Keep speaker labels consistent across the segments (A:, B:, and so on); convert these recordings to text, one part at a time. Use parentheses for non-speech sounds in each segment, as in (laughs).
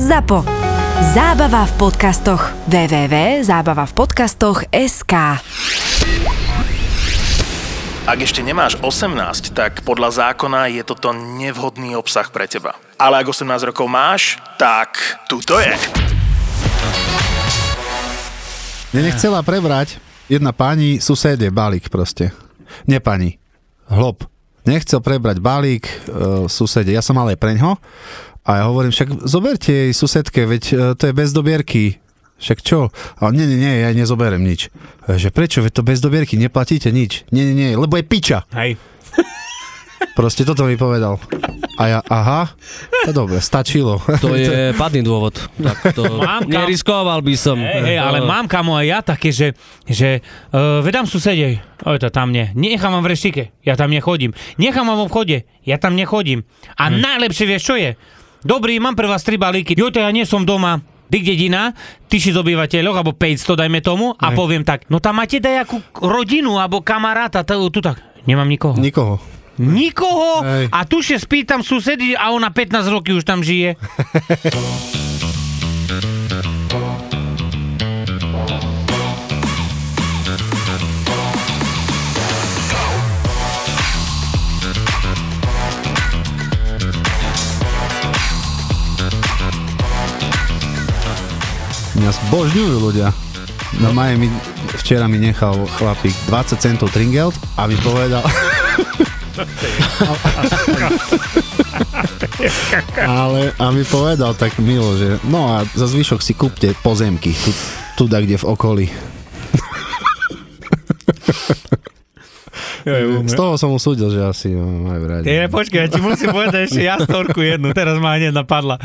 A: ZAPO. Zábava v podcastoch. www.zábavavpodcastoch.sk
B: Ak ešte nemáš 18, tak podľa zákona je toto nevhodný obsah pre teba. Ale ak 18 rokov máš, tak tuto je.
C: Mne nechcela prebrať jedna pani, susede, balík proste. Nie pani, hlob. Nechcel prebrať balík e, susede, ja som ale aj preňho. A ja hovorím, však zoberte jej susedke, veď e, to je bez dobierky. Však čo? A on, nie, nie, nie, ja nezoberem nič. E, Že prečo? Veď to bez dobierky, neplatíte nič. Nie, nie, nie, lebo je piča.
D: Hej.
C: Proste toto mi povedal. A ja, aha, to dobre, stačilo. (laughs)
D: (laughs)
E: To je padný dôvod. Tak to
D: Mám kam-
E: neriskoval by som. No,
D: Hej, hej, ale mám kamo aj ja také, že, že uh, vedám susedej, oj to tam nie, nechám vám v reštike, ja tam nechodím, nechám vám v obchode, ja tam nechodím. A najlepšie vieš čo je? Dobrý, mám pre vás tri balíky, jo to ja nie som doma, ty dedina, tisíc obyvateľov, alebo 500 dajme tomu, a poviem tak, no tam máte dajakú rodinu, alebo kamaráta, tu, tu tak, nemám nikoho. Nik-
C: Nikoho.
D: nikoho?
C: Hej.
D: A tu sa spýtam susedy a ona 15 roky už tam žije.
C: Mňa zbožňujú ľudia. No Maje mi, včera mi nechal chlapík 20 centov tringelt a mi povedal... Ale a mi povedal tak milo, že no a za zvyšok si kúpte pozemky tu, tu da, kde v okolí. Z toho som usúdil, že asi no, majú radi.
D: Je, počkaj, ja ti musím povedať ešte jastorku jednu, teraz ma hneď napadla.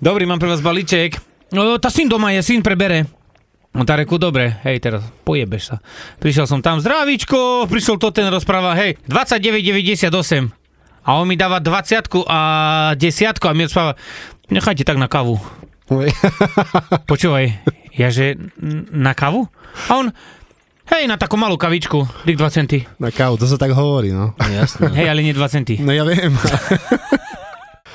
D: Dobrý, mám pre vás balíček. No, tá syn doma je, syn prebere. No tá reku, dobre, hej, teraz pojebeš sa. Prišiel som tam, zdravíčko, prišiel to ten rozpráva, hej, 29,98. A on mi dáva 20 a 10 a mi odspáva, nechajte tak na kavu. Počúvaj, ja že n- na kavu? A on, hej, na takú malú kavičku, dik 2 centy.
C: Na kávu, to sa tak hovorí, no.
D: (laughs)
E: Jasné.
D: Hej, ale nie 2 centy.
C: No ja
D: (laughs)
C: viem.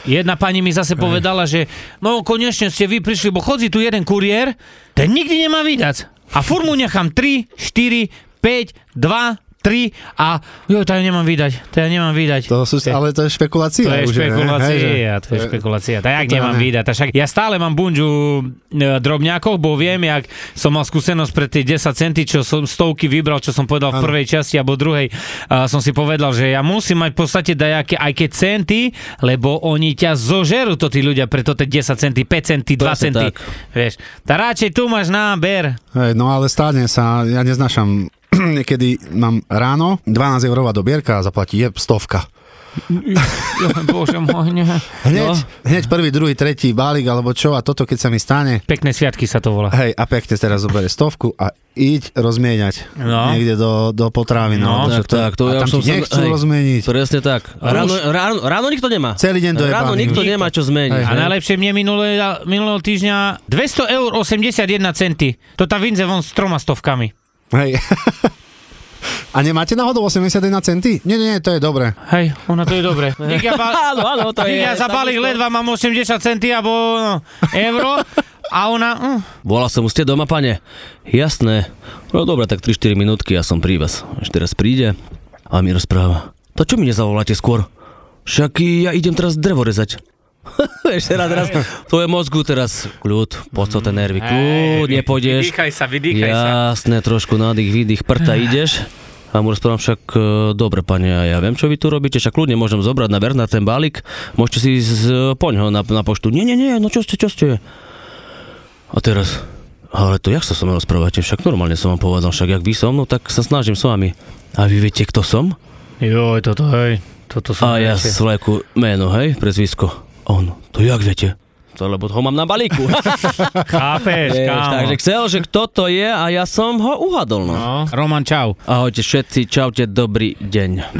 D: Jedna pani mi zase povedala, že no konečne ste vy prišli, bo chodí tu jeden kuriér, ten nikdy nemá vydať. A furt mu nechám 3, 4, 5, 2, 3 a jo, to ja nemám vydať, to ja nemám vydať.
C: To sú, ale to je špekulácia.
D: To je
C: už, ne? Hej, že-
D: špekulácia, to je špekulácia. Tak jak
C: to
D: nemám
C: ne.
D: vydať. tak Však ja stále mám bunžu e, drobňákov, bo viem, jak som mal skúsenosť pre tie 10 centy, čo som stovky vybral, čo som povedal
C: Áno.
D: v prvej časti alebo druhej. A som si povedal, že ja musím mať v podstate dajaké aj keď centy, lebo oni ťa zožerú to tí ľudia, preto tie 10 centy, 5 centy, 2
E: Presne
D: centy.
E: tak.
D: Vieš, tá radšej tu máš
C: (laughs)
D: náber.
C: Hej, no ale stádne sa, ja neznášam, (clears throat) niekedy mám ráno 12 eurová dobierka a zaplatí je stovka.
D: Jo, Bože môj, ne.
C: Hneď,
D: No.
C: no. hneď prvý, druhý, tretí balík alebo čo a toto keď sa mi stane,
D: Pekné sviatky sa to volá.
C: hej a pekne teraz zoberie stovku a iď rozmieňať
D: No.
C: niekde do, do potravy. No,
D: No,
C: že
E: Tak, tak, to
C: a
E: ja
C: tam
E: už som
C: ti nechcú
E: hej,
C: rozmeniť.
E: Presne tak. A Ráno, ráno, ráno nikto nemá.
C: Celý deň dojebaný.
E: Ráno nikto
C: Nikto.
E: nemá čo zmeniť.
C: Hej,
D: A
E: hej.
D: najlepšie mne minulé, minulého týždňa 200 eur 81 centy. To tá vinze von s troma stovkami.
C: Hej. (laughs) A nemáte náhodou 81 centy? Nie, nie, nie, to je dobré.
D: Hej, ona to je
E: (laughs)
D: dobre. Nech ja, ba-
E: Áno, áno, to
D: nech
E: je.
D: ja za
E: tam
D: balík
E: už to-
D: ledva mám 80 centy alebo no, euro a ona... Mm,
E: Volal som, ste doma, pane? Jasné. No dobre, tak 3-4 minútky a som pri vás. Až teraz príde a mi rozpráva. To čo mi nezavoláte skôr? Však ja idem teraz drevo rezať. (laughs) Ešte raz, raz. Tvoje mozgu teraz kľud, poď sa tie nervy, kľud, nepôjdeš.
D: sa, Ah.
E: Jasné, trošku nádych, výdych, prta ideš. A mu rozprávam však, e, dobre pane, a ja viem, čo vy tu robíte, však kľudne môžem zobrať na ver na ten balík, môžete si z, e, poň ho na, na poštu. Nie, nie, nie, no čo ste, čo ste? A teraz, ale to jak sa so mnou rozprávate, však normálne som vám povedal, však jak vy so mnou, tak sa snažím s vami. A vy viete, kto som?
D: Joj, toto, hej. Toto sú
E: A ja
D: najlepšie.
E: z vlaku meno, hej, prezvisko. A On, to jak viete? To lebo ho mám na
D: (laughs)
E: balíku.
D: Chápeš,
E: Vieš,
D: kámo.
E: takže chcel, že kto to je a ja som ho uhadol, no.
D: No. Roman,
E: (laughs)
D: čau.
E: Ahojte všetci, čaute, dobrý deň.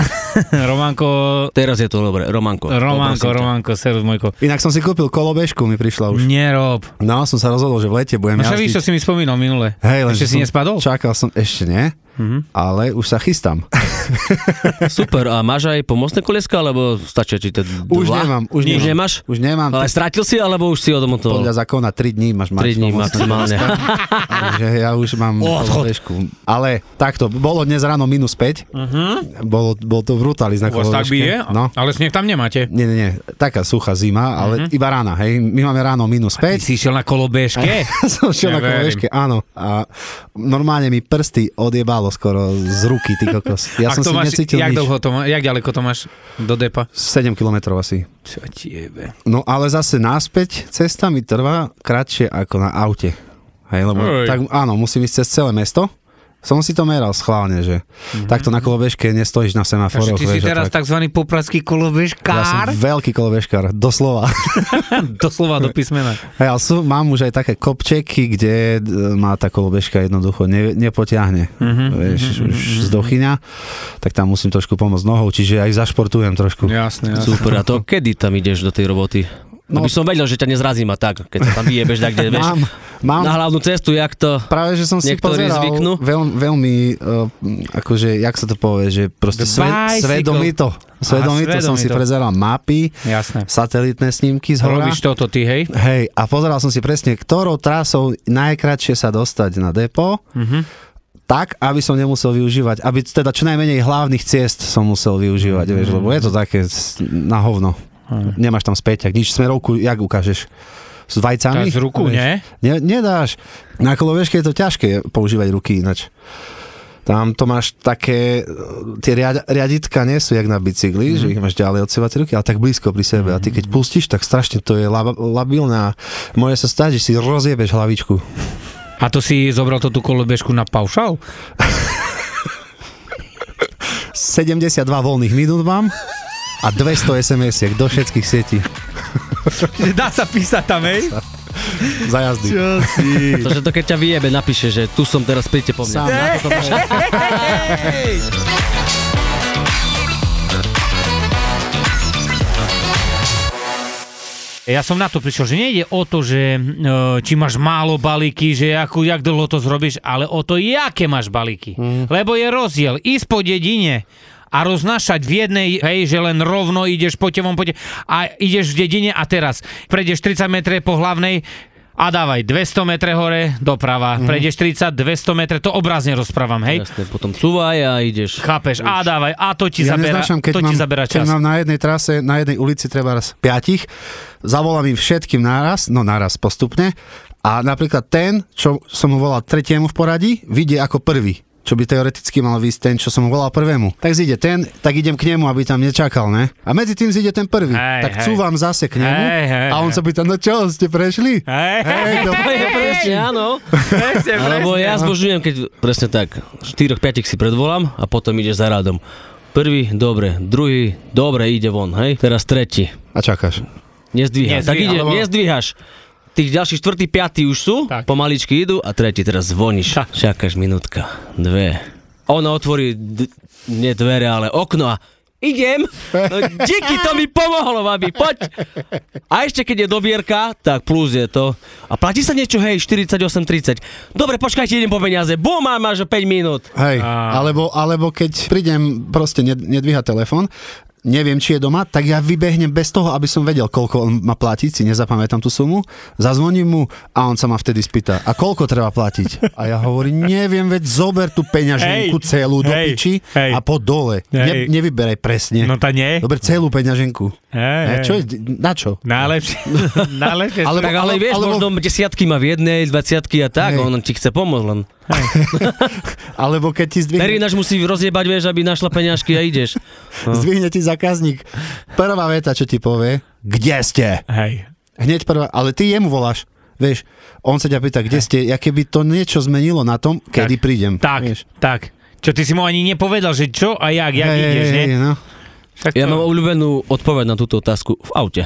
D: Romanko,
E: Teraz je to dobre, Romanko.
D: Romanko,
E: poprosím ťa.
D: Romanko, servus, Mojko.
C: Inak som si kúpil kolobežku, mi prišla už.
D: Nerob.
C: No som sa rozhodol, že v lete budem
D: No
C: jazdiť.
D: čo víš, čo si mi spomínal minule?
C: Hej, len že
D: Ešte si
C: som-
D: nespadol? Mhm.
C: Čakal som, ešte nie. ale už sa chystám.
E: Super, a máš aj pomocné kolieska, alebo stačia ti tie dva?
C: Už nemám, už
E: Už
C: nemám.
E: nemáš?
C: Už nemám.
E: Ale stratil si, alebo už si
C: (laughs)
E: odomontoval?
C: Podľa zákona 3 dní máš mať
E: 3 dní
C: pomocné
E: maximálne.
C: (laughs) Takže ja už
D: (laughs)
C: mám
E: Odchod.
C: kolobiežku. Ale takto, bolo dnes ráno minus 5. Bolo, bol to brutalizm na
D: Mhm. U vás tak
C: kolobiežke.
D: bije,
C: No.
D: no. ale sneh tam nemáte.
C: Nie, nie, nie, taká suchá zima, ale iba rána, hej. My máme ráno minus 5.
D: Mhm. Ty si išiel na kolobežke?
C: (laughs) som šiel na
D: Neverím.
C: koleške, áno. A normálne mi prsty odjebalo skoro z ruky, ty kokos. Ja
D: A
C: som
D: to
C: si
D: máš,
C: necítil
D: jak,
C: nič.
D: dlho to má, jak ďaleko to máš do depa?
C: 7 kilometrov asi.
D: Čo ti jebe?
C: No ale zase naspäť cesta mi trvá kratšie ako na aute. Hej, lebo
D: Ej.
C: tak, áno, musím ísť cez celé mesto. Som si to meral schválne, že mm-hmm. takto na kolobežke nestojíš na
D: Takže
C: semaforoch.
D: ty si
C: vieš, a
D: teraz
C: tak.
D: takzvaný popradský
C: Ja som
D: kolobežkár?
C: veľký kolobežkár, doslova. (laughs)
D: Doslova do písmena.
C: Hej, ale sú, mám už aj také kopčeky, kde d- má tá kolobežka jednoducho ne, nepotiahne. Mm-hmm, vieš, mm-hmm, už z dochyňa, tak tam musím trošku pomôcť nohou, čiže aj zašportujem trošku.
D: Jasné, jasné.
E: Super, a to kedy tam ideš do tej roboty? No. Aby som vedel, že ťa nezrazím a tak, keď sa tam vyjebeš,
C: (laughs)
E: tak kde, vieš,
C: Mám, mám
E: na hlavnú cestu, jak to...
C: práve, že som si
E: Niektorí
C: pozeral
E: zvyknú.
C: veľ, veľmi, uh, akože, jak sa to povie, že proste sve,
D: Bicycle.
C: svedomito, svedomito som si
D: svedomito.
C: prezeral mapy,
D: Jasné.
C: satelitné snímky z hora.
D: Robíš toto ty, hej?
C: Hej, a pozeral som si presne, ktorou trasou najkratšie sa dostať na depo, mm-hmm. tak, aby som nemusel využívať, aby teda čo najmenej hlavných ciest som musel využívať, mm-hmm. vieš, lebo je to také s- na hovno. Mm.
D: Hm.
C: Nemáš tam späť, nič smerovku, jak ukážeš? S vajcami?
D: Tá z ruku,
C: Vieš,
D: nie?
C: Ne, nedáš. Na kolobežke je to ťažké používať ruky inač. Tam to máš také, e, tie riad, riaditka nie sú jak na bicykli, mm.
D: Mhm.
C: že ich máš ďalej od seba tie ruky, ale tak blízko pri sebe. A ty keď pustíš, tak strašne to je lab, labilná. Môže sa stať, že si rozjebeš hlavičku.
D: A to si zobral to tú kolobežku na paušal? (laughs)
C: 72 voľných minút mám a 200 SMS-iek do všetkých sietí
D: Dá sa písať tam, hej?
C: za jazdy.
E: Pretože to keď ťa vyjebe, napíše, že tu som teraz, príďte po mne.
C: Sám, na
D: (laughs)
C: to som
D: Ja som na to prišiel, že nejde o to, že e, či máš málo balíky, že ako, jak dlho to zrobíš, ale o to, aké máš balíky.
C: Mhm.
D: Mm. Lebo je rozdiel ísť po dedine a roznašať v jednej, hej, že len rovno ideš po tevom, pote, a ideš v dedine a teraz prejdeš 30 metre po hlavnej a dávaj 200 metre hore, doprava, mm.
C: Mhm.
D: prejdeš 30, 200 metre, to obrazne rozprávam, hej.
E: Jasne, potom cúvaj a ideš.
D: Chápeš, a dávaj, a to ti
C: ja
D: zabera,
C: neznášam, keď,
D: to
C: mám,
D: ti zabera
C: keď
D: čas.
C: mám na jednej trase, na jednej ulici treba raz piatich, zavolám im všetkým naraz, no naraz postupne a napríklad ten, čo som mu volal tretiemu v poradí, vidie ako prvý čo by teoreticky mal výsť ten, čo som mu volal prvému. Tak zíde ten, tak idem k nemu, aby tam nečakal, ne? A medzi tým zíde ten prvý.
D: Hej,
C: tak
D: hej.
C: cúvam zase k nemu
D: Hej, hej,
C: a on
D: hej.
C: sa pýta, no čo, ste prešli?
D: Hej,
C: Hej, dobre,
E: Presne, áno. Alebo ja zbožňujem, keď presne tak, 4-5 si predvolám a potom ideš za radom. Prvý, dobre, druhý, dobre, ide von, hej. Teraz tretí,
C: A čakáš.
E: nezdvíha.
D: Nezdvíha,
E: Tak ide,
D: alebo-
E: nezdvíhaš. Tých ďalších čtvrtý, piatý už sú,
D: Tak.
E: pomaličky idú a tretí teraz zvoníš.
D: Tak.
E: Čakáš minútka, dve. Ona otvorí, d- nie dvere, ale okno a idem. No, díky, to mi pomohlo, babi, poď. A ešte keď je dobierka, tak plus je to. A platí sa niečo, hej, 48,30. Dobre, počkajte, idem po peniaze. Bum, a máš o 5 minút.
C: Hej, alebo, alebo keď prídem, proste ned- nedvíha telefon, neviem, či je doma, tak ja vybehnem bez toho, aby som vedel, koľko on má platiť, si nezapamätám tú sumu, zazvoním mu a on sa ma vtedy spýta, a koľko treba platiť? A ja hovorím, neviem, veď zober tú peňaženku
D: Hej,
C: celú do
D: hej,
C: piči
D: hej.
C: a po dole. Ne,
D: Hej.
C: nevyberaj presne.
D: No tá nie.
C: Dobre, celú peňaženku.
D: Hej,
C: Ne,
D: hej.
C: čo je, na čo?
D: Najlepšie,
C: (laughs)
D: najlepšie.
C: Ale-
E: Tak
C: alebo-
E: ale vieš,
C: alebo-
E: možno desiatky má v jednej, dvaciatky a tak,
C: Hej.
E: on ti chce pomôcť len.
C: Alebo keď ti zdvihne,
E: Perináš musí rozjebať, vieš, aby našla peňažky a ideš.
C: zdvihne ti zákazník, prvá veta, čo ti povie, kde ste?
D: Hej.
C: Hneď prvá, ale ty jemu voláš. Vieš, on sa ťa pýta, kde ste, ja keby to niečo zmenilo na tom, kedy
D: Tak,
C: prídem.
D: Tak,
C: vieš.
D: tak. Čo ty si mu ani nepovedal, že čo a jak, jak
C: Hej,
D: ideš,
C: hej,
D: ne?
C: hej, no. (laughs)
D: Však
E: Ja
D: to-
E: mám obľúbenú odpoveď na túto otázku v aute.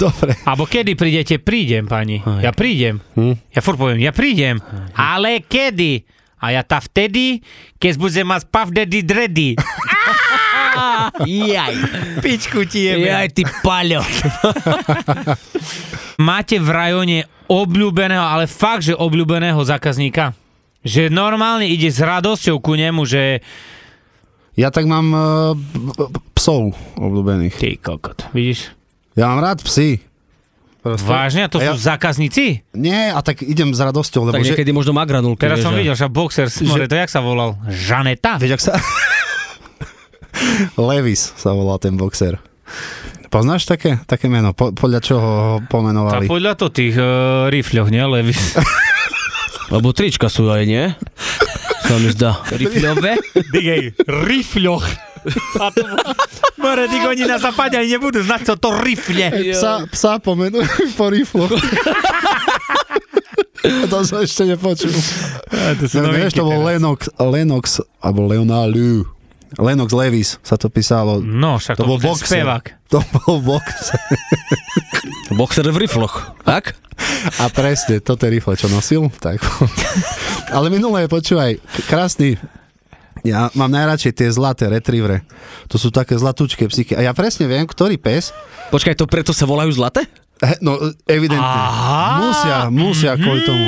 C: Dobre.
D: Alebo kedy prídete, prídem, pani. Ja prídem.
E: Hm?
D: Ja furt poviem, ja prídem. Ale kedy? A ja tá vtedy, keď budem mať puff daddy dreddy.
E: (laughs) Jaj,
D: Pičku ti jebe.
E: jaj ty paľo.
D: Máte v rajone obľúbeného, ale fakt, že obľúbeného zákazníka? Že normálne ide s radosťou ku nemu, že
C: Ja tak mám uh, psov obľúbených.
D: ty kokot, vidíš?
C: Ja mám rád psy. Proste.
D: Vážne? A to
C: A ja-
D: sú zákazníci?
C: Nie, a tak idem s radosťou, lebo
E: Tak
C: že...
E: niekedy možno magranulky.
D: Teraz
E: vieš,
D: som
E: že-
D: videl, že boxer, smore, to jak sa volal? Žaneta?
C: Vieš, ak sa... (laughs) Levis sa volá ten boxer. Poznáš také, také meno? Po, podľa čoho ho
D: A
C: pomenovali?
D: podľa to tých uh, rifľov, nie? (laughs) Levis.
E: Lebo trička sú aj, nie? Sa mi zdá. Rifľové?
D: Digej, rifľoch. A to... More, ty No, oni na zapáde ani nebudú znať, co to rifle.
C: Psa, psa pomenujú (laughs) po
D: (laughs)
C: riflu. to som ešte nepočul.
D: To sú
C: No,
D: novinky
C: vieš, to bol
D: teraz.
C: Lennox, Lennox, alebo Leonalu. Lennox Levis sa to písalo.
D: No, však
C: To
D: to,
C: bol
D: bol ten
C: boxer.
D: spevák.
C: To bol boxer.
E: Boxer v rifloch. Tak?
C: A presne, toto je rifle, čo nosil. Tak.
D: (laughs)
C: Ale minulé, počúvaj, k- krásny ja mám najradšej tie zlaté retrievere. To sú také zlatúčké psíky. A ja presne viem, ktorý pes.
E: Počkaj, to preto sa volajú zlaté?
C: He, no, evidentne.
D: Aha. Mhm.
C: Musia, musia kvôli tomu.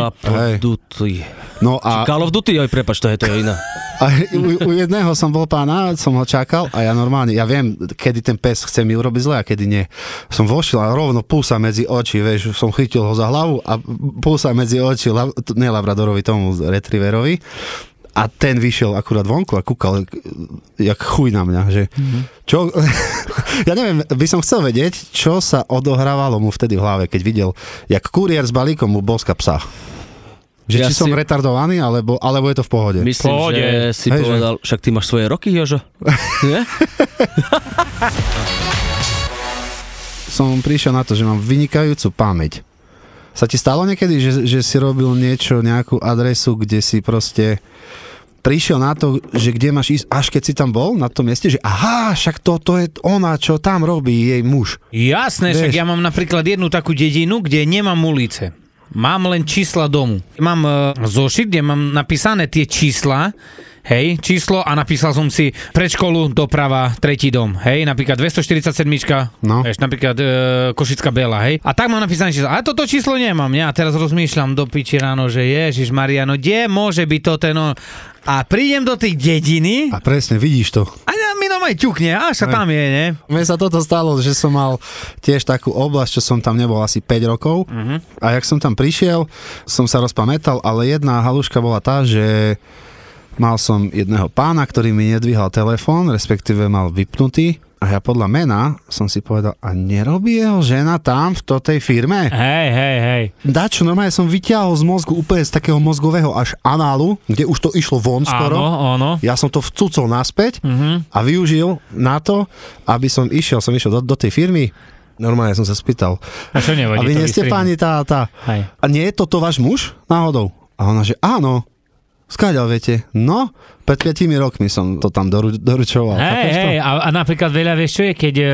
E: Cup
C: Hej.
E: of Duty.
C: No a,
E: A... Call of Duty, aj prepač, to je to je iná.
C: a u, u, jedného som bol pána, som ho čakal a ja normálne, ja viem, kedy ten pes chce mi urobiť zle a kedy nie. Som vošiel a rovno púsa medzi oči, vieš, som chytil ho za hlavu a púsa medzi oči, la, nie Labradorovi, tomu Retrieverovi. A ten vyšiel akurát vonku a kúkal jak- jak chuj na mňa, že
E: Mhm.
C: čo, (laughs) ja neviem, by som chcel vedieť, čo sa odohrávalo mu vtedy v hlave, keď videl, jak kuriér s balíkom mu boska psa. Že
E: Ja
C: či som
E: si-
C: retardovaný, alebo, alebo je to v pohode.
E: Myslím,
D: Pohode.
E: že si
C: Hej, že-
E: povedal, však ty máš svoje
D: (laughs)
E: roky, Jožo? Nie?
C: som prišiel na to, že mám vynikajúcu pamäť. Sa ti stalo niekedy, že, že si robil niečo, nejakú adresu, kde si proste prišiel na to, že kde máš ísť, až keď si tam bol na tom mieste, že aha, však to, to je ona, čo tam robí jej muž.
D: Jasné, však
C: Vieš.
D: ja mám napríklad jednu takú dedinu, kde nemám ulice. Mám len čísla domu. Mám e, zošit, kde mám napísané tie čísla, hej, číslo a napísal som si predškolu, doprava, tretí dom, hej, napríklad 247,
C: No.
D: vieš, napríklad e, Košická Bela, hej. A tak mám napísané číslo. A toto číslo nemám, ne? A teraz rozmýšľam do piči ráno, že ježiš Mariano, kde môže byť toto, no. A prídem do tej dediny
C: A presne, vidíš to.
D: a mi normálne ťukne, až sa tam je, ne?
C: Mne sa toto stalo, že som mal tiež takú oblasť, čo som tam nebol asi 5 rokov mm-hmm. a jak som tam prišiel, som sa rozpamätal, ale jedna haluška bola tá, že mal som jedného pána, ktorý mi nedvíhal telefón, respektíve mal vypnutý a ja podľa mena som si povedal, a nerobí jeho žena tam v to tej firme?
D: Hej, hej, hej.
C: Dačo, normálne som vyťahol z mozgu úplne z takého mozgového až análu, kde už to išlo von skoro.
D: Áno, áno.
C: Ja som to vcucol naspäť
D: Mhm.
C: uh-huh. a využil na to, aby som išiel, som išiel do, do tej firmy, normálne som sa spýtal,
D: A čo nevadí,
C: a vy
D: to
C: nie ste
D: vystrihnú.
C: páni tá, a tá,
D: Hej.
C: a nie je toto váš muž náhodou? A ona, že áno, skáďal viete, no, pred 5 rokmi som to tam doru, doručoval.
D: Hej,
C: Chápeš to?
D: hej, a, a napríklad veľa vieš, čo je, keď... e,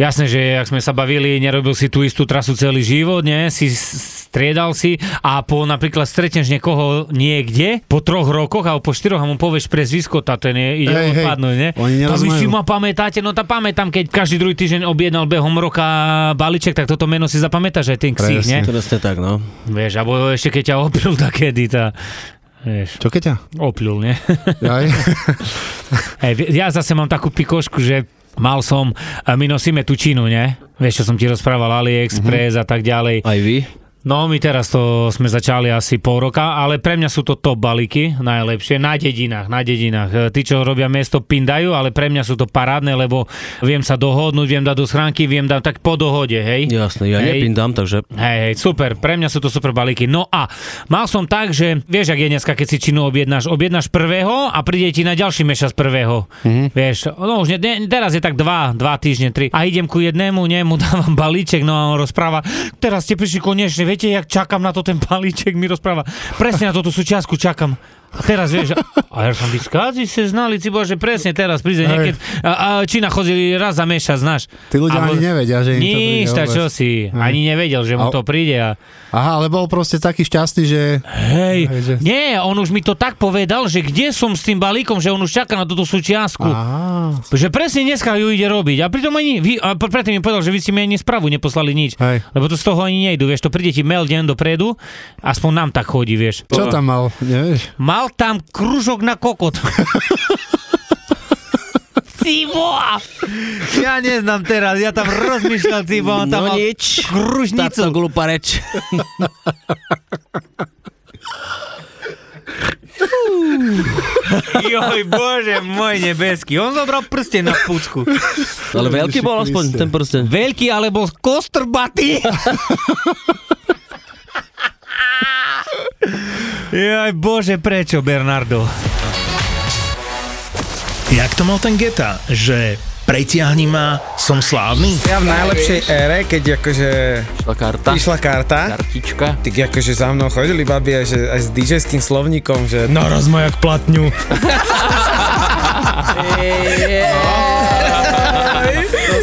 D: Jasné, že ak sme sa bavili, nerobil si tú istú trasu celý život, nie? Si s- striedal si a po napríklad stretneš niekoho niekde po troch rokoch alebo po štyroch a mu povieš prezvisko, tá ten je, ide
C: Hej,
D: hey,
C: hej,
D: odpadnúť, nie?
C: oni
D: Tá vy
C: nerozumejú.
D: si ma pamätáte, no tá pamätám, keď každý druhý týždeň objednal behom roka balíček, tak toto meno si zapamätáš aj ten ksich,
C: Presne.
D: nie?
E: Presne tak, no.
D: Vieš, alebo ešte keď ťa oplul, (laughs) tak kedy tá... Vieš,
C: Čo keď ťa?
D: oplul, nie? (laughs)
C: Aj.
D: Hej, vie- ja zase mám takú pikošku, že mal som, a my nosíme tú činu, ne? Vieš, čo som ti rozprával, AliExpress mm-hmm. a tak ďalej.
E: Aj vy?
D: No, my teraz to sme začali asi pol roka, ale pre mňa sú to top balíky, najlepšie, na dedinách, na dedinách. E, Tí, čo robia miesto, pindajú, ale pre mňa sú to parádne, lebo viem sa dohodnúť, viem dať do schránky, viem dať tak po dohode, hej?
E: Jasné, ja
D: Hej.
E: nepindám, takže...
D: Hej, hej, super, pre mňa sú to super balíky. No a mal som tak, že vieš, ak je dneska, keď si činu objednáš, objednáš prvého a príde ti na ďalší mešac prvého.
C: Mhm.
D: Mm-hmm. Vieš, no už ne, ne, teraz je tak dva, dva týždne, tri. A idem ku jednému, ne, mu (laughs) dávam balíček, no a on rozpráva, teraz ste prišli konečne, viete, jak čakám na to ten balíček, mi rozpráva. Presne na toto súčiastku čakám. A teraz vieš, a ja som vyskázi se znali, ci bože, presne teraz príde niekedy. A, a Čína chodili raz za mešac, znáš.
C: Tí ľudia ani nevedia, že im to príde
D: Nič, tak
C: vôbec.
D: čo si, ani nevedel, že mu
C: A-
D: to príde. A,
C: Aha, ale bol proste taký šťastný, že...
E: No,
D: hej,
C: Hej, že-
D: nie, on už mi to tak povedal, že kde som s tým balíkom, že on už čaká na túto súčiastku.
C: Aha,
D: Že presne dneska ju ide robiť. A pritom ani, vy, a pr- predtým mi povedal, že vy ste mi ani správu neposlali nič.
C: Hej.
D: Lebo to z toho ani nejdu, vieš, to príde ti mail deň dopredu, aspoň nám tak chodí, vieš.
C: čo tam mal, nevieš?
D: Mal tam kružok na (laughs) kokot. Ciboa! Ja neznám teraz, ja tam rozmýšľal, Ciboa, on tam mal
E: No nič.
D: kružnicu.
E: Táto glúpa reč.
D: Joj, bože môj nebeský, on zobral prsten na pucku.
E: (laughs) Ale veľký bol
C: Ježiši
E: aspoň
C: Kriste.
E: ten prsten.
D: Veľký alebo kostrbatý. Jaj, bože, prečo, Bernardo?
B: Jak to mal ten Geta, že pretiahni ma, som slávny?
F: Ja v najlepšej ére, keď akože
G: Tá karta,
F: išla karta,
G: kartička.
F: tak akože za mnou chodili babi aj, že, aj s DJ-ským slovníkom, že no rozmajak platňu.
G: To